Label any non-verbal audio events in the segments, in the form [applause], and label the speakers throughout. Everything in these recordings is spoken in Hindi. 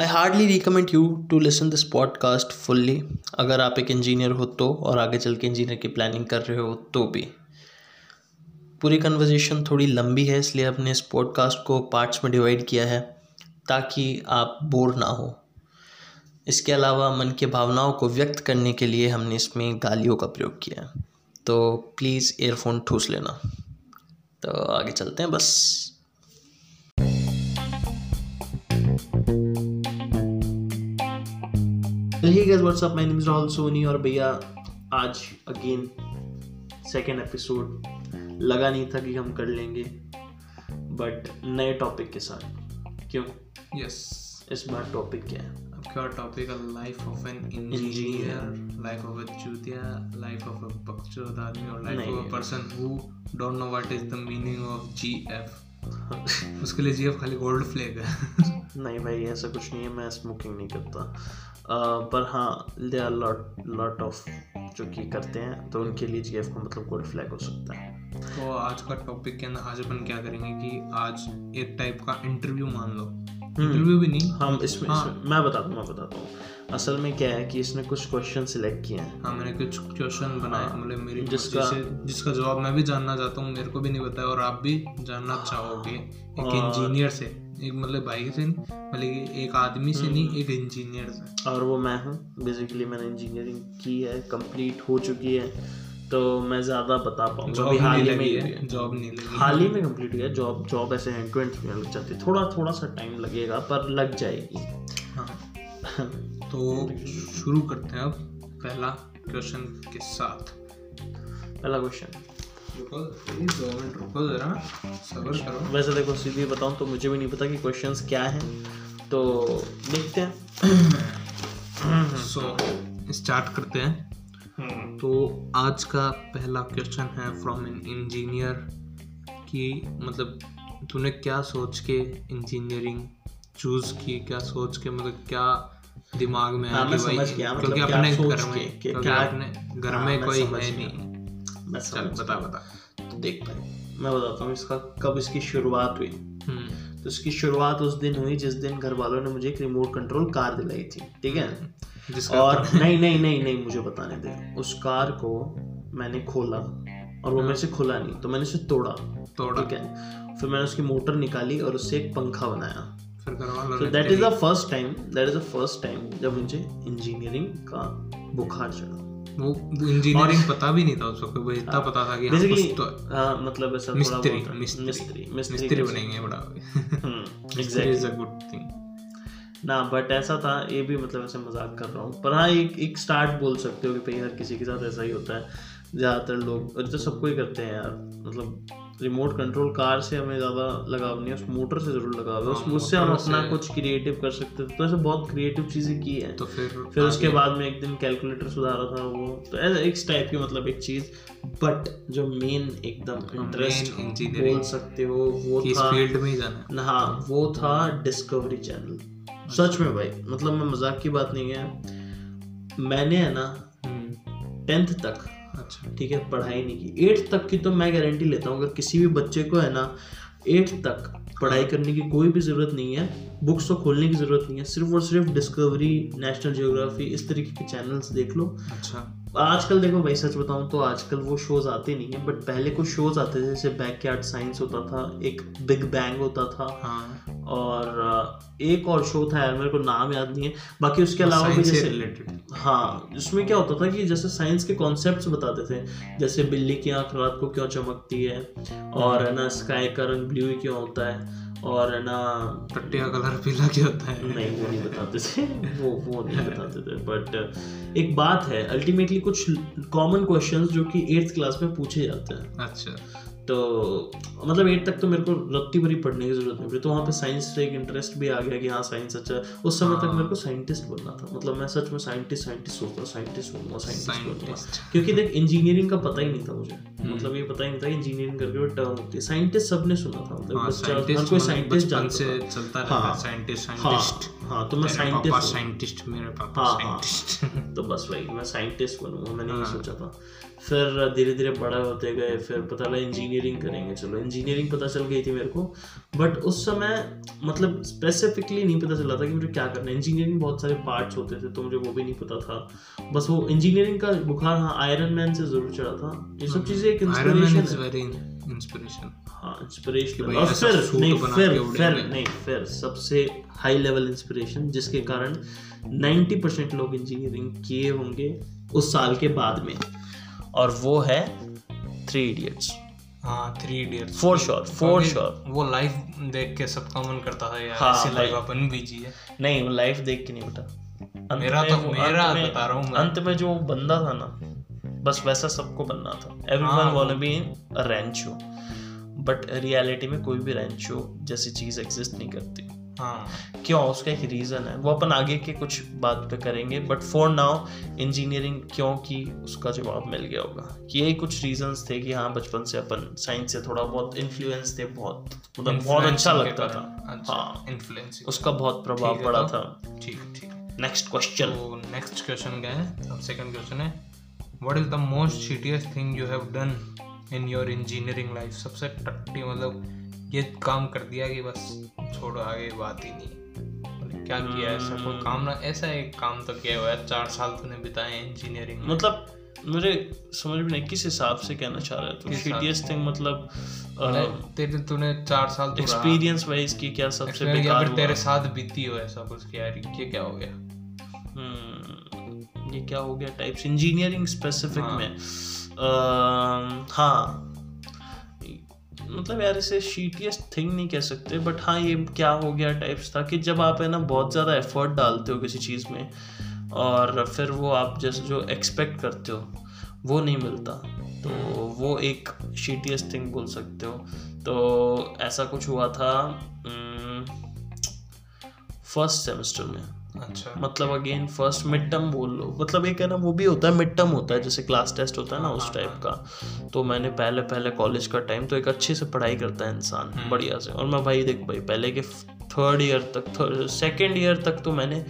Speaker 1: I hardly recommend you to listen this podcast fully अगर आप एक इंजीनियर हो तो और आगे चल के इंजीनियर की प्लानिंग कर रहे हो तो भी पूरी कन्वर्जेशन थोड़ी लंबी है इसलिए आपने इस पॉडकास्ट को पार्ट्स में डिवाइड किया है ताकि आप बोर ना हो इसके अलावा मन की भावनाओं को व्यक्त करने के लिए हमने इसमें गालियों का प्रयोग किया है तो प्लीज़ एयरफोन ठूस लेना तो आगे चलते हैं बस
Speaker 2: Hey guys, what's up? My name is Rahul Soni और भैया आज अगेन सेकेंड एपिसोड लगा नहीं था कि हम कर लेंगे बट नए टॉपिक के साथ क्यों
Speaker 3: Yes.
Speaker 2: इस बार टॉपिक क्या है
Speaker 3: आपका टॉपिक है life of an
Speaker 2: Engineer.
Speaker 3: Engineer life of a चूतिया लाइफ ऑफ अ बकचोद आदमी और लाइफ
Speaker 2: नहीं,
Speaker 3: of a person who don't know what is the meaning of GF उसके लिए जीएफ खाली गोल्ड फ्लैग है
Speaker 2: [laughs]
Speaker 3: [laughs]
Speaker 2: नहीं भाई ऐसा कुछ नहीं है मैं स्मोकिंग नहीं करता अह, पर हाँ they are lot lot of जो कि करते हैं तो उनके लिए जीएफ का मतलब गोल्ड फ्लैग हो सकता है
Speaker 3: तो आज का टॉपिक के अंदर आज अपन क्या करेंगे कि आज एक टाइप का इंटरव्यू मान लो
Speaker 2: हम्म।
Speaker 3: इंटरव्यू भी नहीं
Speaker 2: हम इसमें,
Speaker 3: Hmm. हाँ।
Speaker 2: इसमें मैं बताता हूँ मैं बताता हूँ असल में क्या है कि इसने कुछ क्वेश्चन सिलेक्ट किए हैं
Speaker 3: हाँ मैंने कुछ क्वेश्चन बनाए मतलब मेरी
Speaker 2: हाँ। जिसका-
Speaker 3: जिसका जिसका जवाब मैं भी जानना चाहता हूँ मेरे को भी नहीं पता है और आप भी जानना
Speaker 2: हाँ।
Speaker 3: चाहोगे एक इंजीनियर से एक मतलब भाई से नहीं मतलब कि एक आदमी से
Speaker 2: हम्म।
Speaker 3: नहीं एक इंजीनियर से
Speaker 2: और वो मैं हूँ बेसिकली मैंने इंजीनियरिंग की है कंप्लीट हो चुकी है तो मैं ज़्यादा बता पाऊंगा
Speaker 3: जॉब
Speaker 2: अभी हाल
Speaker 3: नहीं
Speaker 2: ही में
Speaker 3: लगी
Speaker 2: ही
Speaker 3: है जॉब नहीं लगी
Speaker 2: हाल ही में कंप्लीट किया जॉब जॉब ऐसे हैंड टू हैंड लग जाती है थोड़ा थोड़ा सा टाइम लगेगा पर लग जाएगी [laughs]
Speaker 3: हाँ तो शुरू करते हैं अब पहला क्वेश्चन के साथ
Speaker 2: पहला क्वेश्चन
Speaker 3: रुको please, दो मिनट रुको जरा सब्र करो
Speaker 2: वैसे देखो सीधे बताऊँ तो मुझे भी नहीं पता कि क्वेश्चंस क्या हैं तो देखते हैं
Speaker 3: सो स्टार्ट करते हैं तो आज का पहला क्वेश्चन है फ्रॉम एन इंजीनियर कि मतलब तूने क्या सोच के इंजीनियरिंग चूज की क्या सोच के मतलब क्या दिमाग में
Speaker 2: हाँ,
Speaker 3: आया
Speaker 2: मैं
Speaker 3: कि भाई
Speaker 2: समझ गया, मतलब
Speaker 3: क्योंकि
Speaker 2: क्या
Speaker 3: अपने
Speaker 2: सोच
Speaker 3: घर
Speaker 2: के,
Speaker 3: में
Speaker 2: कि
Speaker 3: क्योंकि
Speaker 2: क्या-
Speaker 3: अपने घर
Speaker 2: हाँ,
Speaker 3: में
Speaker 2: मैं
Speaker 3: कोई
Speaker 2: समझ
Speaker 3: है
Speaker 2: गया।
Speaker 3: नहीं
Speaker 2: मैं
Speaker 3: चल
Speaker 2: समझ
Speaker 3: बता बता
Speaker 2: तो देखते हैं मैं बताता हूँ इसका कब इसकी शुरुआत हुई
Speaker 3: हम्म,
Speaker 2: तो इसकी शुरुआत उस दिन हुई जिस दिन घर वालों ने मुझे एक रिमोट कंट्रोल कार दिलाई थी ठीक है
Speaker 3: जिसका
Speaker 2: और नहीं नहीं नहीं नहीं मुझे बताने दे उस कार को मैंने खोला और वो मेरे से खुला नहीं तो मैंने उसे तोड़ा
Speaker 3: हाँ। तोड़ा
Speaker 2: ठीक है फिर मैंने उसकी मोटर निकाली और उससे एक पंखा बनाया
Speaker 3: फिर घर वालों
Speaker 2: तो
Speaker 3: ने
Speaker 2: that is the first time that is the first time जब मुझे इंजीनियरिंग का बुखार चढ़ा
Speaker 3: वो इंजीनियरिंग पता भी नहीं था उसको कि भाई इतना पता था कि हाँ,
Speaker 2: बेसिकली
Speaker 3: कुछ तो
Speaker 2: मतलब ऐसा थोड़ा
Speaker 3: मिस्त्री
Speaker 2: बहुत-
Speaker 3: मिस्त्री
Speaker 2: मिस्त्री हम्म,
Speaker 3: मिस्त्री बनेंगे बड़ा
Speaker 2: exactly
Speaker 3: is a good thing
Speaker 2: ना बट ऐसा था ये भी मतलब ऐसे मजाक कर रहा हूँ पर हाँ एक एक स्टार्ट बोल सकते हो कि भाई हर किसी के साथ ऐसा ही होता है ज़्यादातर लोग और तो सबको ही करते हैं यार मतलब रिमोट कंट्रोल कार से हमें ज़्यादा लगाव नहीं है उस मोटर से ज़रूर लगाव है उस
Speaker 3: हाँ,
Speaker 2: उससे हम
Speaker 3: मोटर
Speaker 2: अपना
Speaker 3: से।
Speaker 2: कुछ क्रिएटिव कर सकते थे तो ऐसे बहुत क्रिएटिव चीज़ें की हैं
Speaker 3: तो फिर
Speaker 2: फिर उसके बाद में एक दिन कैलकुलेटर सुधारा था वो तो ऐसा एक टाइप की मतलब एक चीज़ बट जो मेन एकदम इंटरेस्ट
Speaker 3: इंजीनियरिंग
Speaker 2: बोल सकते हो वो
Speaker 3: हाँ, की इस
Speaker 2: था
Speaker 3: फील्ड में ही जाना है
Speaker 2: हाँ वो था डिस्कवरी चैनल सच में भाई मतलब मैं मजाक की बात नहीं है मैंने है ना
Speaker 3: हम्म,
Speaker 2: टेंथ तक
Speaker 3: अच्छा
Speaker 2: ठीक है पढ़ाई नहीं की एट्थ तक की तो मैं गारंटी लेता हूँ अगर किसी भी बच्चे को है ना एट्थ तक पढ़ाई करने की कोई भी ज़रूरत नहीं है बुक्स तो खोलने की ज़रूरत नहीं है सिर्फ और सिर्फ डिस्कवरी नेशनल जियोग्राफी इस तरीके के चैनल्स देख लो
Speaker 3: अच्छा
Speaker 2: आजकल देखो भाई सच बताऊं तो आजकल वो शोज आते नहीं है बट पहले कुछ शोज आते थे जैसे बैकयार्ड साइंस होता था एक बिग बैंग होता था
Speaker 3: हाँ
Speaker 2: और अ, एक और शो था यार मेरे को नाम याद नहीं है बाकी उसके अलावा भी
Speaker 3: साइंस हाँ, से
Speaker 2: जैसे
Speaker 3: रिलेटेड
Speaker 2: हाँ उसमें क्या होता था कि जैसे साइंस के कॉन्सेप्ट्स बताते थे जैसे बिल्ली की आंख रात को क्यों चमकती है और है ना स्काई का रंग ब्लू ही क्यों होता है और है ना
Speaker 3: पट्टे का कलर पीला क्या होता है
Speaker 2: नहीं वो नहीं बताते थे [laughs] वो वो नहीं बताते थे बट एक बात है अल्टीमेटली कुछ कॉमन क्वेश्चंस जो कि एट्थ क्लास में पूछे जाते हैं
Speaker 3: अच्छा
Speaker 2: तो मतलब एट तक तो मेरे को रत्ती भरी पढ़ने की जरूरत नहीं पड़ी तो वहाँ पे साइंस से एक इंटरेस्ट भी आ गया कि हाँ साइंस अच्छा है। उस समय तक
Speaker 3: हाँ।
Speaker 2: मेरे को साइंटिस्ट बनना था मतलब मैं सच में साइंटिस्ट साइंटिस्ट सोचता साइंटिस्ट बनूंगा साइंटिस्ट बनूंगा
Speaker 3: साइंटिस्ट
Speaker 2: क्योंकि देख इंजीनियरिंग का पता ही नहीं था मुझे
Speaker 3: हम्म।
Speaker 2: मतलब ये पता ही नहीं था इंजीनियरिंग करके वो टर्म होती है साइंटिस्ट सबने सुना था मतलब
Speaker 3: हाँ
Speaker 2: बच्चा- हर
Speaker 3: साइंटिस्ट
Speaker 2: कोई
Speaker 3: मतलब
Speaker 2: साइंटिस्ट जानता
Speaker 3: बचपन से
Speaker 2: था
Speaker 3: चलता रहता
Speaker 2: हाँ,
Speaker 3: है साइंटिस्ट
Speaker 2: हाँ
Speaker 3: साइंटिस्ट
Speaker 2: हाँ तो मैं
Speaker 3: मेरे पापा
Speaker 2: साइंटिस्ट
Speaker 3: साइंटिस्ट मेरे पापा
Speaker 2: हाँ, हाँ।
Speaker 3: साइंटिस्ट
Speaker 2: तो बस वही मैं साइंटिस्ट बनूंगा मैंने ये
Speaker 3: हाँ।
Speaker 2: सोचा था फिर धीरे धीरे बड़ा होते गए फिर पता लगा इंजीनियरिंग करेंगे चलो इंजीनियरिंग पता चल गई थी मेरे को बट उस समय मतलब स्पेसिफिकली नहीं पता चला था कि मुझे क्या करना है इंजीनियरिंग बहुत सारे पार्ट्स होते थे तो मुझे वो भी नहीं पता था बस वो इंजीनियरिंग का बुखार हाँ आयरन मैन से जरूर चढ़ा था ये
Speaker 3: हाँ।
Speaker 2: सब चीज़ें एक
Speaker 3: आयरन मैन इज
Speaker 2: इंस्पिरेशन है
Speaker 3: वेरी इंस्पिरेशन
Speaker 2: हाँ
Speaker 3: कि
Speaker 2: इंस्पिरेशन
Speaker 3: भाई
Speaker 2: और
Speaker 3: ऐसा
Speaker 2: फिर
Speaker 3: सूट
Speaker 2: नहीं
Speaker 3: बना
Speaker 2: फिर
Speaker 3: के उड़ेंगे।
Speaker 2: फिर नहीं फिर सबसे हाई लेवल इंस्पिरेशन जिसके कारण 90 परसेंट लोग इंजीनियरिंग किए होंगे उस साल के बाद में और वो है थ्री इडियट्स
Speaker 3: हाँ three idiots
Speaker 2: for sure for sure
Speaker 3: वो लाइफ देख के सबका मन करता था यार
Speaker 2: हाँ,
Speaker 3: ऐसी लाइफ
Speaker 2: भाई।
Speaker 3: अपन भी जिए
Speaker 2: नहीं लाइफ देख के नहीं बता
Speaker 3: मेरा तो- मेरा बता रहा हूँ मैं।
Speaker 2: अंत में जो बंदा था ना बस वैसा सबको बनना था
Speaker 3: हाँ,
Speaker 2: एवरीवन
Speaker 3: वो-
Speaker 2: want be a Rancho but reality में कोई भी रैंचो जैसी चीज एग्जिस्ट नहीं करती
Speaker 3: हाँ
Speaker 2: क्यों उसका एक रीज़न है वो अपन आगे के कुछ बात पे करेंगे बट फॉर नाउ इंजीनियरिंग क्यों की उसका जवाब मिल गया होगा यही कुछ रीजंस थे कि हाँ बचपन से अपन साइंस से थोड़ा बहुत इन्फ्लुएंस थे बहुत मतलब बहुत अच्छा
Speaker 3: Influencing के
Speaker 2: लगता था
Speaker 3: कारण। अच्छा
Speaker 2: हाँ।
Speaker 3: इन्फ्लुएंसिंग
Speaker 2: उसका बहुत प्रभाव
Speaker 3: ठीक है
Speaker 2: पड़ा
Speaker 3: तो।
Speaker 2: था
Speaker 3: ठीक है, ठीक है।
Speaker 2: नेक्स्ट क्वेश्चन
Speaker 3: तो नेक्स्ट क्वेश्चन क्या है अब सेकंड क्वेश्चन है what is the most shittiest thing you have done in your engineering life सबसे टट्टी मतलब ये काम कर दिया कि बस छोड़ो आगे बात ही नहीं मतलब क्या किया ऐसा कोई काम ना ऐसा एक काम तो किया हुआ है चार साल तूने बिताए इंजीनियरिंग में
Speaker 2: मतलब मुझे समझ में नहीं किस हिसाब से कहना चाह रहा है तो
Speaker 3: किस हिसाब
Speaker 2: शीटियस थिंग मतलब
Speaker 3: मतलब तेरे तूने चार साल तो रहा।
Speaker 2: एक्सपीरियंस वाइज की क्या सबसे
Speaker 3: Experience या
Speaker 2: बेकार
Speaker 3: फिर
Speaker 2: हुआ?
Speaker 3: तेरे साथ बीती हो ऐसा कुछ कि यार ये क्या हो गया
Speaker 2: हम्म, ये क्या हो गया टाइप्स इंजीनियरिंग स्पेसिफिक
Speaker 3: हाँ।
Speaker 2: में अम, हाँ मतलब यार इसे शीटियस्ट थिंग नहीं कह सकते बट हाँ ये क्या हो गया टाइप्स था कि जब आप है ना बहुत ज़्यादा एफर्ट डालते हो किसी चीज़ में और फिर वो आप जैसे जो एक्सपेक्ट करते हो वो नहीं मिलता तो वो एक शीटियस्ट थिंग बोल सकते हो तो ऐसा कुछ हुआ था फर्स्ट सेमेस्टर में
Speaker 3: अच्छा
Speaker 2: मतलब अगेन फर्स्ट मिड टर्म बोल लो मतलब एक है ना वो भी होता है मिड टर्म होता है जैसे क्लास टेस्ट होता है ना उस टाइप का तो मैंने पहले पहले कॉलेज का टाइम तो एक अच्छे से पढ़ाई करता है इंसान
Speaker 3: हम्म।
Speaker 2: बढ़िया से और मैं भाई देख भाई पहले के थर्ड ईयर तक सेकेंड ईयर तक तो मैंने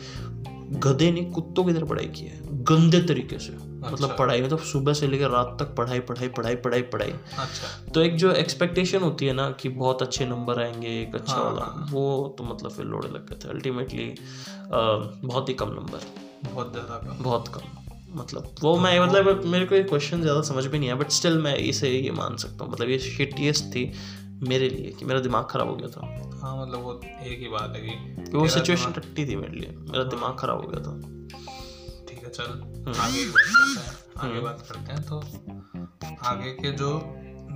Speaker 2: गधे ने कुत्तों की तरह पढ़ाई की है गंदे तरीके से
Speaker 3: अच्छा,
Speaker 2: मतलब पढ़ाई मतलब सुबह से लेकर रात तक पढ़ाई पढ़ाई पढ़ाई पढ़ाई पढ़ाई
Speaker 3: अच्छा
Speaker 2: तो एक जो एक्सपेक्टेशन होती है ना कि बहुत अच्छे नंबर आएंगे एक अच्छा
Speaker 3: हाँ,
Speaker 2: वाला
Speaker 3: हाँ।
Speaker 2: वो तो मतलब फिर लोड़े लग गए थे अल्टीमेटली बहुत ही कम नंबर
Speaker 3: बहुत ज्यादा कम
Speaker 2: बहुत कम मतलब
Speaker 3: तो
Speaker 2: वो मैं मतलब मेरे को ये क्वेश्चन ज़्यादा समझ में नहीं आया बट स्टिल मैं इसे ये मान सकता हूँ मतलब ये शिटियस्ट थी मेरे लिए कि मेरा दिमाग ख़राब हो गया था
Speaker 3: हाँ मतलब वो एक ही बात है कि
Speaker 2: कि तो वो
Speaker 3: तेरा
Speaker 2: सिचुएशन टट्टी थी मेरे लिए
Speaker 3: हाँ।
Speaker 2: मेरा दिमाग ख़राब हो गया था
Speaker 3: दिमाग- ठीक है
Speaker 2: हम्म।
Speaker 3: चल आगे बात करते हैं आगे बात करते हैं तो आगे के जो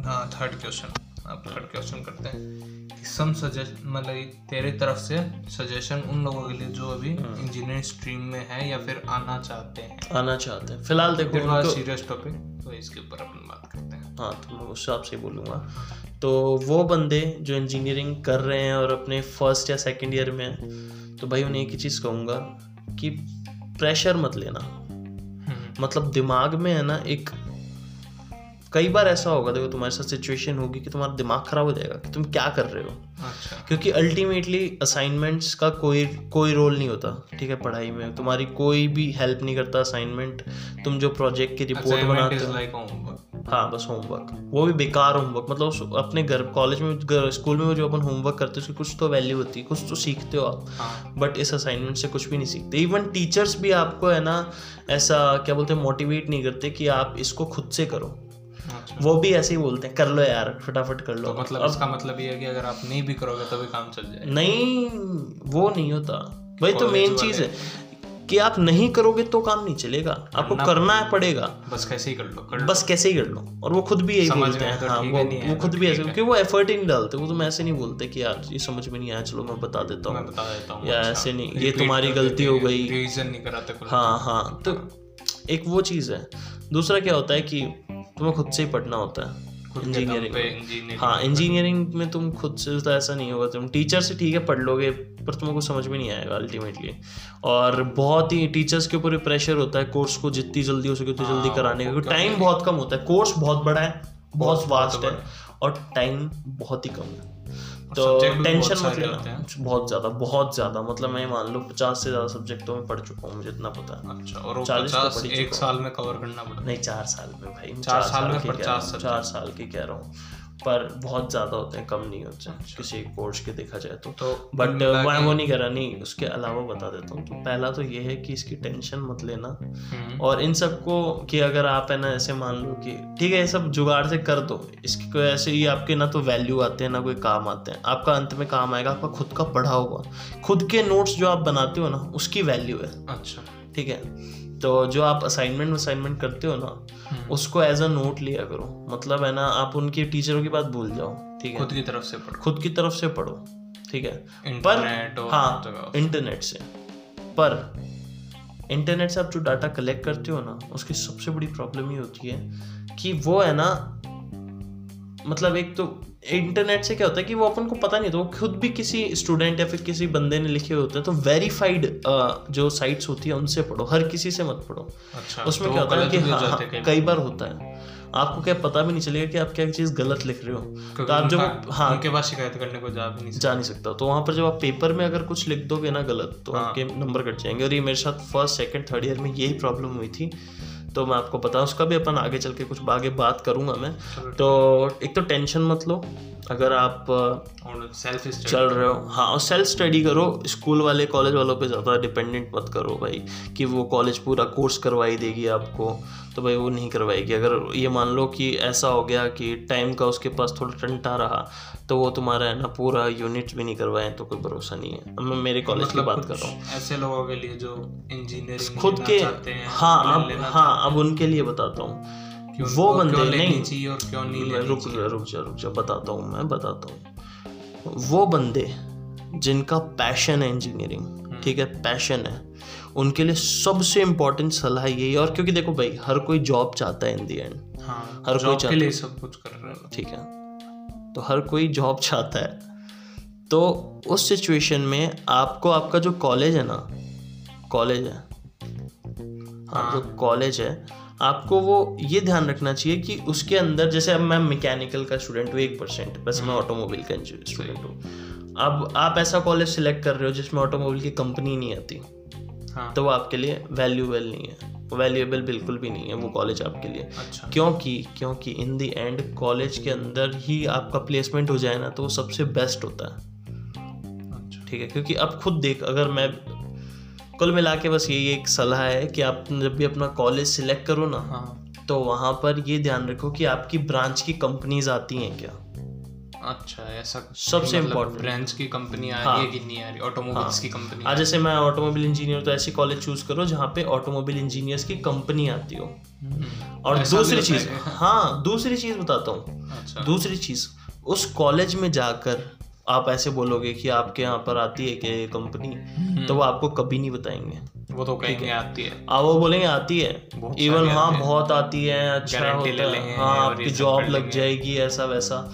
Speaker 3: हाँ थर्ड क्वेश्चन अब थर्ड क्वेश्चन करते हैं कि सम सजेस्ट मतलब कि तेरे तरफ से सजेशन उन लोगों के लिए जो अभी
Speaker 2: हम्म।
Speaker 3: इंजीनियरिंग स्ट्रीम में है या फिर आना चाहते हैं
Speaker 2: आना चाहते हैं फिलहाल देखो
Speaker 3: थोड़ा
Speaker 2: उनको-
Speaker 3: सीरियस टॉपिक तो इसके ऊपर अपन बात करते हैं
Speaker 2: हाँ तो मैं उस हिसाब से बोलूँगा तो वो बंदे जो इंजीनियरिंग कर रहे हैं और अपने फर्स्ट या सेकंड ईयर में हैं तो भाई उन्हें एक ही चीज़ कहूँगा कि प्रेशर मत लेना
Speaker 3: हम्म,
Speaker 2: मतलब दिमाग में है ना एक कई बार ऐसा होगा देखो तुम्हारे साथ सिचुएशन होगी कि तुम्हारा दिमाग खराब हो जाएगा कि तुम क्या कर रहे हो
Speaker 3: अच्छा
Speaker 2: क्योंकि अल्टीमेटली असाइनमेंट्स का कोई कोई रोल नहीं होता ठीक है पढ़ाई में तुम्हारी कोई भी हेल्प नहीं करता असाइनमेंट तुम जो प्रोजेक्ट की रिपोर्ट
Speaker 3: असाइनमेंट
Speaker 2: बनाते
Speaker 3: इज
Speaker 2: हो
Speaker 3: लाइक होमवर्क
Speaker 2: हाँ बस होमवर्क वो भी बेकार होमवर्क मतलब उस- अपने घर कॉलेज में घर- स्कूल में वो जो अपन होमवर्क करते हैं उसकी कुछ तो वैल्यू होती है कुछ तो सीखते हो आप
Speaker 3: हाँ
Speaker 2: बट इस असाइनमेंट से कुछ भी नहीं सीखते इवन टीचर्स भी आपको है ना ऐसा क्या बोलते हैं मोटिवेट नहीं करते कि आप इसको खुद से करो
Speaker 3: अच्छा
Speaker 2: वो भी ऐसे ही बोलते हैं कर लो यार फटाफट कर लो
Speaker 3: तो मतलब इसका मतलब ये है कि अगर आप नहीं भी करोगे तो भी काम चल जाएगा
Speaker 2: नहीं वो नहीं होता भाई तो मेन
Speaker 3: College
Speaker 2: चीज़ है कि आप नहीं करोगे तो काम नहीं चलेगा आपको करना है पड़ेगा
Speaker 3: बस कैसे ही कर लो कर लो
Speaker 2: बस कैसे ही कर लो और वो खुद भी यही
Speaker 3: समझ
Speaker 2: बोलते
Speaker 3: में आया
Speaker 2: हैं
Speaker 3: तो
Speaker 2: हाँ
Speaker 3: ठीक
Speaker 2: वो
Speaker 3: है, नहीं आया
Speaker 2: वो
Speaker 3: तो
Speaker 2: खुद भी ऐसे
Speaker 3: ठीक है।
Speaker 2: क्योंकि वो एफर्ट ही नहीं डालते वो तुम ऐसे नहीं बोलते कि यार ये समझ में नहीं आया चलो मैं बता देता
Speaker 3: मैं
Speaker 2: हूँ
Speaker 3: बता देता हूँ अच्छा।
Speaker 2: या ऐसे नहीं, ये तुम्हारी गलती हो गई।
Speaker 3: रिवीजन नहीं कराते कुछ
Speaker 2: हाँ हाँ तो एक वो चीज़ है दूसरा क्या होता है कि तुम्हें खुद से ही पढ़ना होता है इंजीनियरिंग
Speaker 3: तो
Speaker 2: में
Speaker 3: इंजीनियरिंग
Speaker 2: हाँ इंजीनियरिंग में तुम खुद से तो ऐसा नहीं होगा तुम टीचर से ठीक है पढ़ लोगे पर तुमको कुछ समझ में नहीं आएगा अल्टीमेटली और बहुत ही टीचर्स के ऊपर प्रेशर होता है कोर्स को जितनी जल्दी हो सके उतनी
Speaker 3: हाँ,
Speaker 2: जल्दी कराने का
Speaker 3: वो
Speaker 2: क्योंकि
Speaker 3: क्या
Speaker 2: टाइम बहुत कम होता है कोर्स बहुत बड़ा है बहुत
Speaker 3: बहुत
Speaker 2: वास्ट है
Speaker 3: बड़ा
Speaker 2: और टाइम बहुत ही कम है तो
Speaker 3: subject भी बहुत
Speaker 2: टेंशन मत
Speaker 3: सारे होते
Speaker 2: लेना
Speaker 3: हैं।
Speaker 2: बहुत ज़्यादा बहुत ज़्यादा मतलब मैं मान लो पचास से ज़्यादा सब्जेक्ट तो मैं पढ़ चुका हूँ मुझे इतना पता है
Speaker 3: अच्छा और वो
Speaker 2: 40 तो
Speaker 3: पचास
Speaker 2: पढ़ ही
Speaker 3: एक
Speaker 2: चुका
Speaker 3: साल में कवर करना पड़ता
Speaker 2: नहीं चार साल में भाई मैं
Speaker 3: चार साल में
Speaker 2: की कह रहा
Speaker 3: 50
Speaker 2: हूँ,
Speaker 3: subject।
Speaker 2: चार साल की कह रहा हूँ पर बहुत ज़्यादा होते हैं कम नहीं होते हैं किसी एक कोर्स के देखा जाए तो
Speaker 3: अच्छा। तो
Speaker 2: बट
Speaker 3: मिला
Speaker 2: मैं
Speaker 3: के-
Speaker 2: वो नहीं करा नहीं उसके अलावा बता देता हूँ तो पहला तो ये है कि इसकी टेंशन मत लेना
Speaker 3: हम्म,
Speaker 2: और इन सबको कि अगर आप है ना ऐसे मान लो कि ठीक है ये सब जुगाड़ से कर दो इसकी कोई ऐसे ही आपके ना तो वैल्यू आते हैं ना कोई काम आते हैं आपका अंत में काम आएगा आपका खुद का पढ़ा होगा खुद के नोट्स जो आप बनाते हो ना उसकी वैल्यू है
Speaker 3: अच्छा
Speaker 2: ठीक है तो जो आप असाइनमेंट असाइनमेंट करते हो ना
Speaker 3: हम्म,
Speaker 2: उसको एज अ नोट लिया करो मतलब है ना आप उनकी टीचरों की बात भूल जाओ ठीक है
Speaker 3: खुद की तरफ से पढ़ो
Speaker 2: खुद की तरफ से पढ़ो ठीक है
Speaker 3: इंटरनेट और तो-
Speaker 2: हाँ
Speaker 3: जगह
Speaker 2: इंटरनेट से पर इंटरनेट से आप जो डाटा कलेक्ट करते हो ना उसकी सबसे बड़ी प्रॉब्लम ये होती है कि वो है ना मतलब एक तो इंटरनेट से क्या होता है कि वो अपन को पता नहीं होता वो खुद भी किसी स्टूडेंट या फिर किसी बंदे ने लिखे होते हैं तो वेरीफाइड जो साइट्स होती है उनसे पढ़ो हर किसी से मत पढ़ो
Speaker 3: अच्छा
Speaker 2: उसमें
Speaker 3: तो
Speaker 2: क्या
Speaker 3: वो
Speaker 2: होता है
Speaker 3: गलत
Speaker 2: कि
Speaker 3: भी हो
Speaker 2: हाँ,
Speaker 3: जाते
Speaker 2: हाँ,
Speaker 3: हैं कई
Speaker 2: कई बार होता है आपको क्या पता भी नहीं चलेगा कि आप क्या चीज़ गलत लिख रहे हो
Speaker 3: क्योंकि
Speaker 2: तो आप जब
Speaker 3: उनका-
Speaker 2: हाँ
Speaker 3: उनके पास शिकायत करने को जा भी नहीं
Speaker 2: जा नहीं सकता तो वहाँ पर जब आप पेपर में अगर कुछ लिख दोगे ना गलत तो
Speaker 3: हाँ।
Speaker 2: आपके नंबर कट जाएंगे और ये मेरे साथ फर्स्ट सेकंड थर्ड ईयर में यही प्रॉब्लम हुई थी तो मैं आपको बता उसका भी अपन आगे चल के कुछ आगे बात करूंगा मैं
Speaker 3: चलो।
Speaker 2: तो एक तो टेंशन मत लो अगर आप अ,
Speaker 3: सकते और सेल्फ स्टडी
Speaker 2: चल रहे हो हाँ और सेल्फ स्टडी करो स्कूल वाले कॉलेज वालों पे ज़्यादा डिपेंडेंट मत करो भाई कि वो कॉलेज पूरा कोर्स करवाई देगी आपको तो भाई वो नहीं करवाएगी अगर ये मान लो कि ऐसा हो गया कि टाइम का उसके पास थोड़ा टंटा रहा तो वो तुम्हारा है ना पूरा यूनिट भी नहीं करवाए तो कोई भरोसा नहीं है मैं मेरे कॉलेज
Speaker 3: मतलब
Speaker 2: की बात कर रहा हूँ
Speaker 3: ऐसे लोगों के लिए जो इंजीनियरिंग
Speaker 2: खुद के
Speaker 3: चाहते हैं
Speaker 2: हाँ
Speaker 3: plan
Speaker 2: अब
Speaker 3: लेना
Speaker 2: हाँ अब उनके लिए बताता हूँ
Speaker 3: कि
Speaker 2: वो
Speaker 3: उनको
Speaker 2: बंदे
Speaker 3: क्यों लेनी
Speaker 2: नहीं।
Speaker 3: चाहिए और क्यों नहीं
Speaker 2: मैं
Speaker 3: लेनी
Speaker 2: रुक जा रुक जा रुक जा बताता हूँ मैं बताता हूँ वो बंदे जिनका पैशन है इंजीनियरिंग ठीक है पैशन है उनके लिए सबसे इम्पोर्टेंट सलाह यही है और क्योंकि देखो भाई हर कोई जॉब चाहता है इन दी एंड
Speaker 3: हाँ
Speaker 2: हर कोई
Speaker 3: job के
Speaker 2: चाहता
Speaker 3: लिए सब कुछ कर रहे हो
Speaker 2: ठीक है तो हर कोई जॉब चाहता है तो उस सिचुएशन में आपको आपका जो कॉलेज है ना कॉलेज है हाँ जो कॉलेज है आपको वो ये ध्यान रखना चाहिए कि उसके अंदर जैसे अब मैं मैकेनिकल का स्टूडेंट हूँ एक परसेंट बस मैं ऑटोमोबाइल का स्टूडेंट हूँ अब आप ऐसा कॉलेज सिलेक्ट कर रहे हो जिसमें ऑटोमोबाइल की कंपनी नहीं आती
Speaker 3: हाँ
Speaker 2: तो वो आपके लिए वैल्यूएबल नहीं है वैल्यूएबल बिल्कुल भी नहीं है वो कॉलेज आपके लिए
Speaker 3: अच्छा
Speaker 2: क्योंकि क्योंकि इन दी एंड कॉलेज के अंदर ही आपका प्लेसमेंट हो जाए ना तो वो सबसे बेस्ट होता है
Speaker 3: अच्छा
Speaker 2: ठीक है क्योंकि अब खुद देख अगर मैं कुल मिला के बस यही एक सलाह है कि आप जब भी अपना कॉलेज सिलेक्ट करो ना
Speaker 3: हाँ
Speaker 2: तो वहाँ पर ये ध्यान रखो कि आपकी ब्रांच की कंपनीज आती हैं क्या
Speaker 3: अच्छा ऐसा कुछ
Speaker 2: सबसे important।
Speaker 3: ब्रांच की कंपनी आ
Speaker 2: हाँ।
Speaker 3: रही है कि नहीं आ रही ऑटोमोबाइल्स की कंपनी
Speaker 2: आज जैसे मैं ऑटोमोबाइल इंजीनियर तो ऐसी कॉलेज चूज करो जहाँ पे ऑटोमोबाइल इंजीनियर्स की कंपनी आती हो
Speaker 3: हम्म,
Speaker 2: और
Speaker 3: ऐसा भी
Speaker 2: दूसरी
Speaker 3: होता है
Speaker 2: चीज
Speaker 3: क्या?
Speaker 2: हाँ दूसरी चीज बताता हूँ
Speaker 3: अच्छा
Speaker 2: दूसरी चीज उस कॉलेज में जाकर आप ऐसे बोलोगे कि आपके यहाँ पर आती है क्या ये कंपनी तो वो आपको कभी नहीं बताएंगे
Speaker 3: हम्म, वो तो कहीं आती है
Speaker 2: आप वो बोलेंगे आती है
Speaker 3: बहुत
Speaker 2: इवन
Speaker 3: सारी
Speaker 2: हाँ
Speaker 3: आती है।
Speaker 2: बहुत आती है अच्छा
Speaker 3: Guarantee ले
Speaker 2: होता
Speaker 3: लेंगे
Speaker 2: है हाँ
Speaker 3: और ये
Speaker 2: आपकी
Speaker 3: सब
Speaker 2: जॉब
Speaker 3: कर
Speaker 2: लग
Speaker 3: लेंगे।
Speaker 2: जाएगी ऐसा वैसा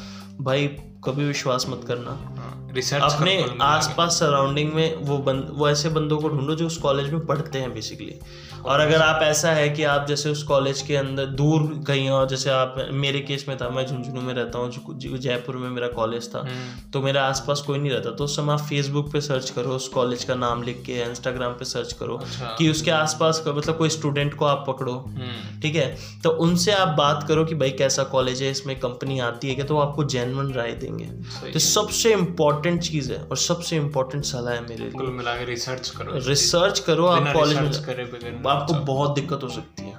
Speaker 2: भाई कभी विश्वास मत करना
Speaker 3: हाँ, रिसर्च
Speaker 2: अपने आसपास सराउंडिंग में वो बंद वो ऐसे बंदों को ढूंढो जो उस कॉलेज में पढ़ते हैं बेसिकली और अगर आप ऐसा है कि आप जैसे उस कॉलेज के अंदर दूर कहीं और जैसे आप मेरे केस में था मैं झुंझुनू में रहता हूँ जो- जो- जयपुर में मेरा कॉलेज था
Speaker 3: हम्म।
Speaker 2: तो मेरा आसपास कोई नहीं रहता तो उस समय आप फेसबुक पे सर्च करो उस कॉलेज का नाम लिख के इंस्टाग्राम पे सर्च करो
Speaker 3: अच्छा
Speaker 2: कि उसके आसपास का मतलब कोई स्टूडेंट को आप पकड़ो
Speaker 3: हम्म,
Speaker 2: ठीक है तो उनसे आप बात करो कि भाई कैसा कॉलेज है इसमें कंपनी आती है क्या तो वो आपको जेनवन राय देंगे तो सबसे इम्पोर्टेंट चीज़ है और सबसे इम्पोर्टेंट सलाह है मेरे लिए
Speaker 3: कुल मिला के रिसर्च करो
Speaker 2: रिसर्च करो आप
Speaker 3: बिना
Speaker 2: कॉलेज में
Speaker 3: research अच्छा। करे बगैर
Speaker 2: आपको बहुत दिक्कत हो सकती है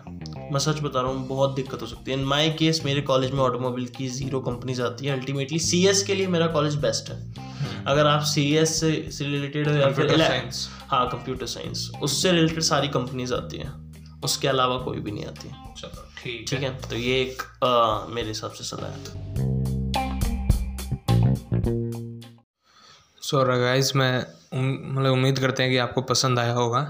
Speaker 2: मैं सच बता रहा हूँ बहुत दिक्कत हो सकती है इन माई केस मेरे कॉलेज में ऑटोमोबाइल की जीरो कंपनीज आती है अल्टीमेटली सी एस के लिए मेरा कॉलेज बेस्ट है अगर आप सी एस से से रिलेटेड हो या फिर
Speaker 3: हम्म। Computer
Speaker 2: ele-
Speaker 3: science।
Speaker 2: हाँ कंप्यूटर साइंस उससे रिलेटेड सारी कंपनीज आती हैं उसके अलावा कोई भी नहीं आती है
Speaker 3: चलो ठीक है
Speaker 2: ठीक है तो ये एक अ, मेरे हिसाब से सलाह है
Speaker 3: सो गाइस मैं उम- मतलब उम्मीद करते हैं कि आपको पसंद आया होगा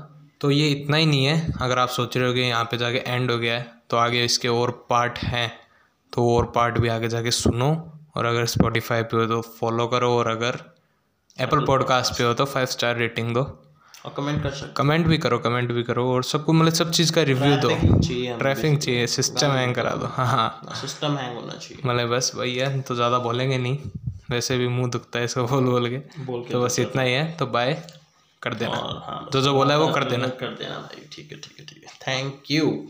Speaker 3: तो ये इतना ही नहीं है अगर आप सोच रहे हो कि यहाँ पे जाके एंड हो गया है तो आगे इसके और पार्ट हैं तो और पार्ट भी आगे जाके सुनो और अगर स्पॉटिफाई पे हो तो फॉलो करो और अगर एप्पल पॉडकास्ट पे हो तो फाइव स्टार रेटिंग दो
Speaker 2: और कमेंट कर सकते
Speaker 3: कमेंट भी करो कमेंट भी करो और सबको मतलब सब चीज़ का रिव्यू दो
Speaker 2: Traffic चाहिए हमें
Speaker 3: ट्रैफिक चाहिए सिस्टम हैंग करा दो हाँ हाँ
Speaker 2: सिस्टम हैंग होना चाहिए
Speaker 3: मतलब बस वही है तो ज़्यादा बोलेंगे नहीं वैसे भी मुंह दुखता है इसको बोल बोल के
Speaker 2: बोल के
Speaker 3: तो बस इतना ही है तो बाय कर देना
Speaker 2: और हाँ
Speaker 3: जो जो बोला है वो कर देना
Speaker 2: कर देना भाई ठीक है ठीक है ठीक है
Speaker 1: थैंक यू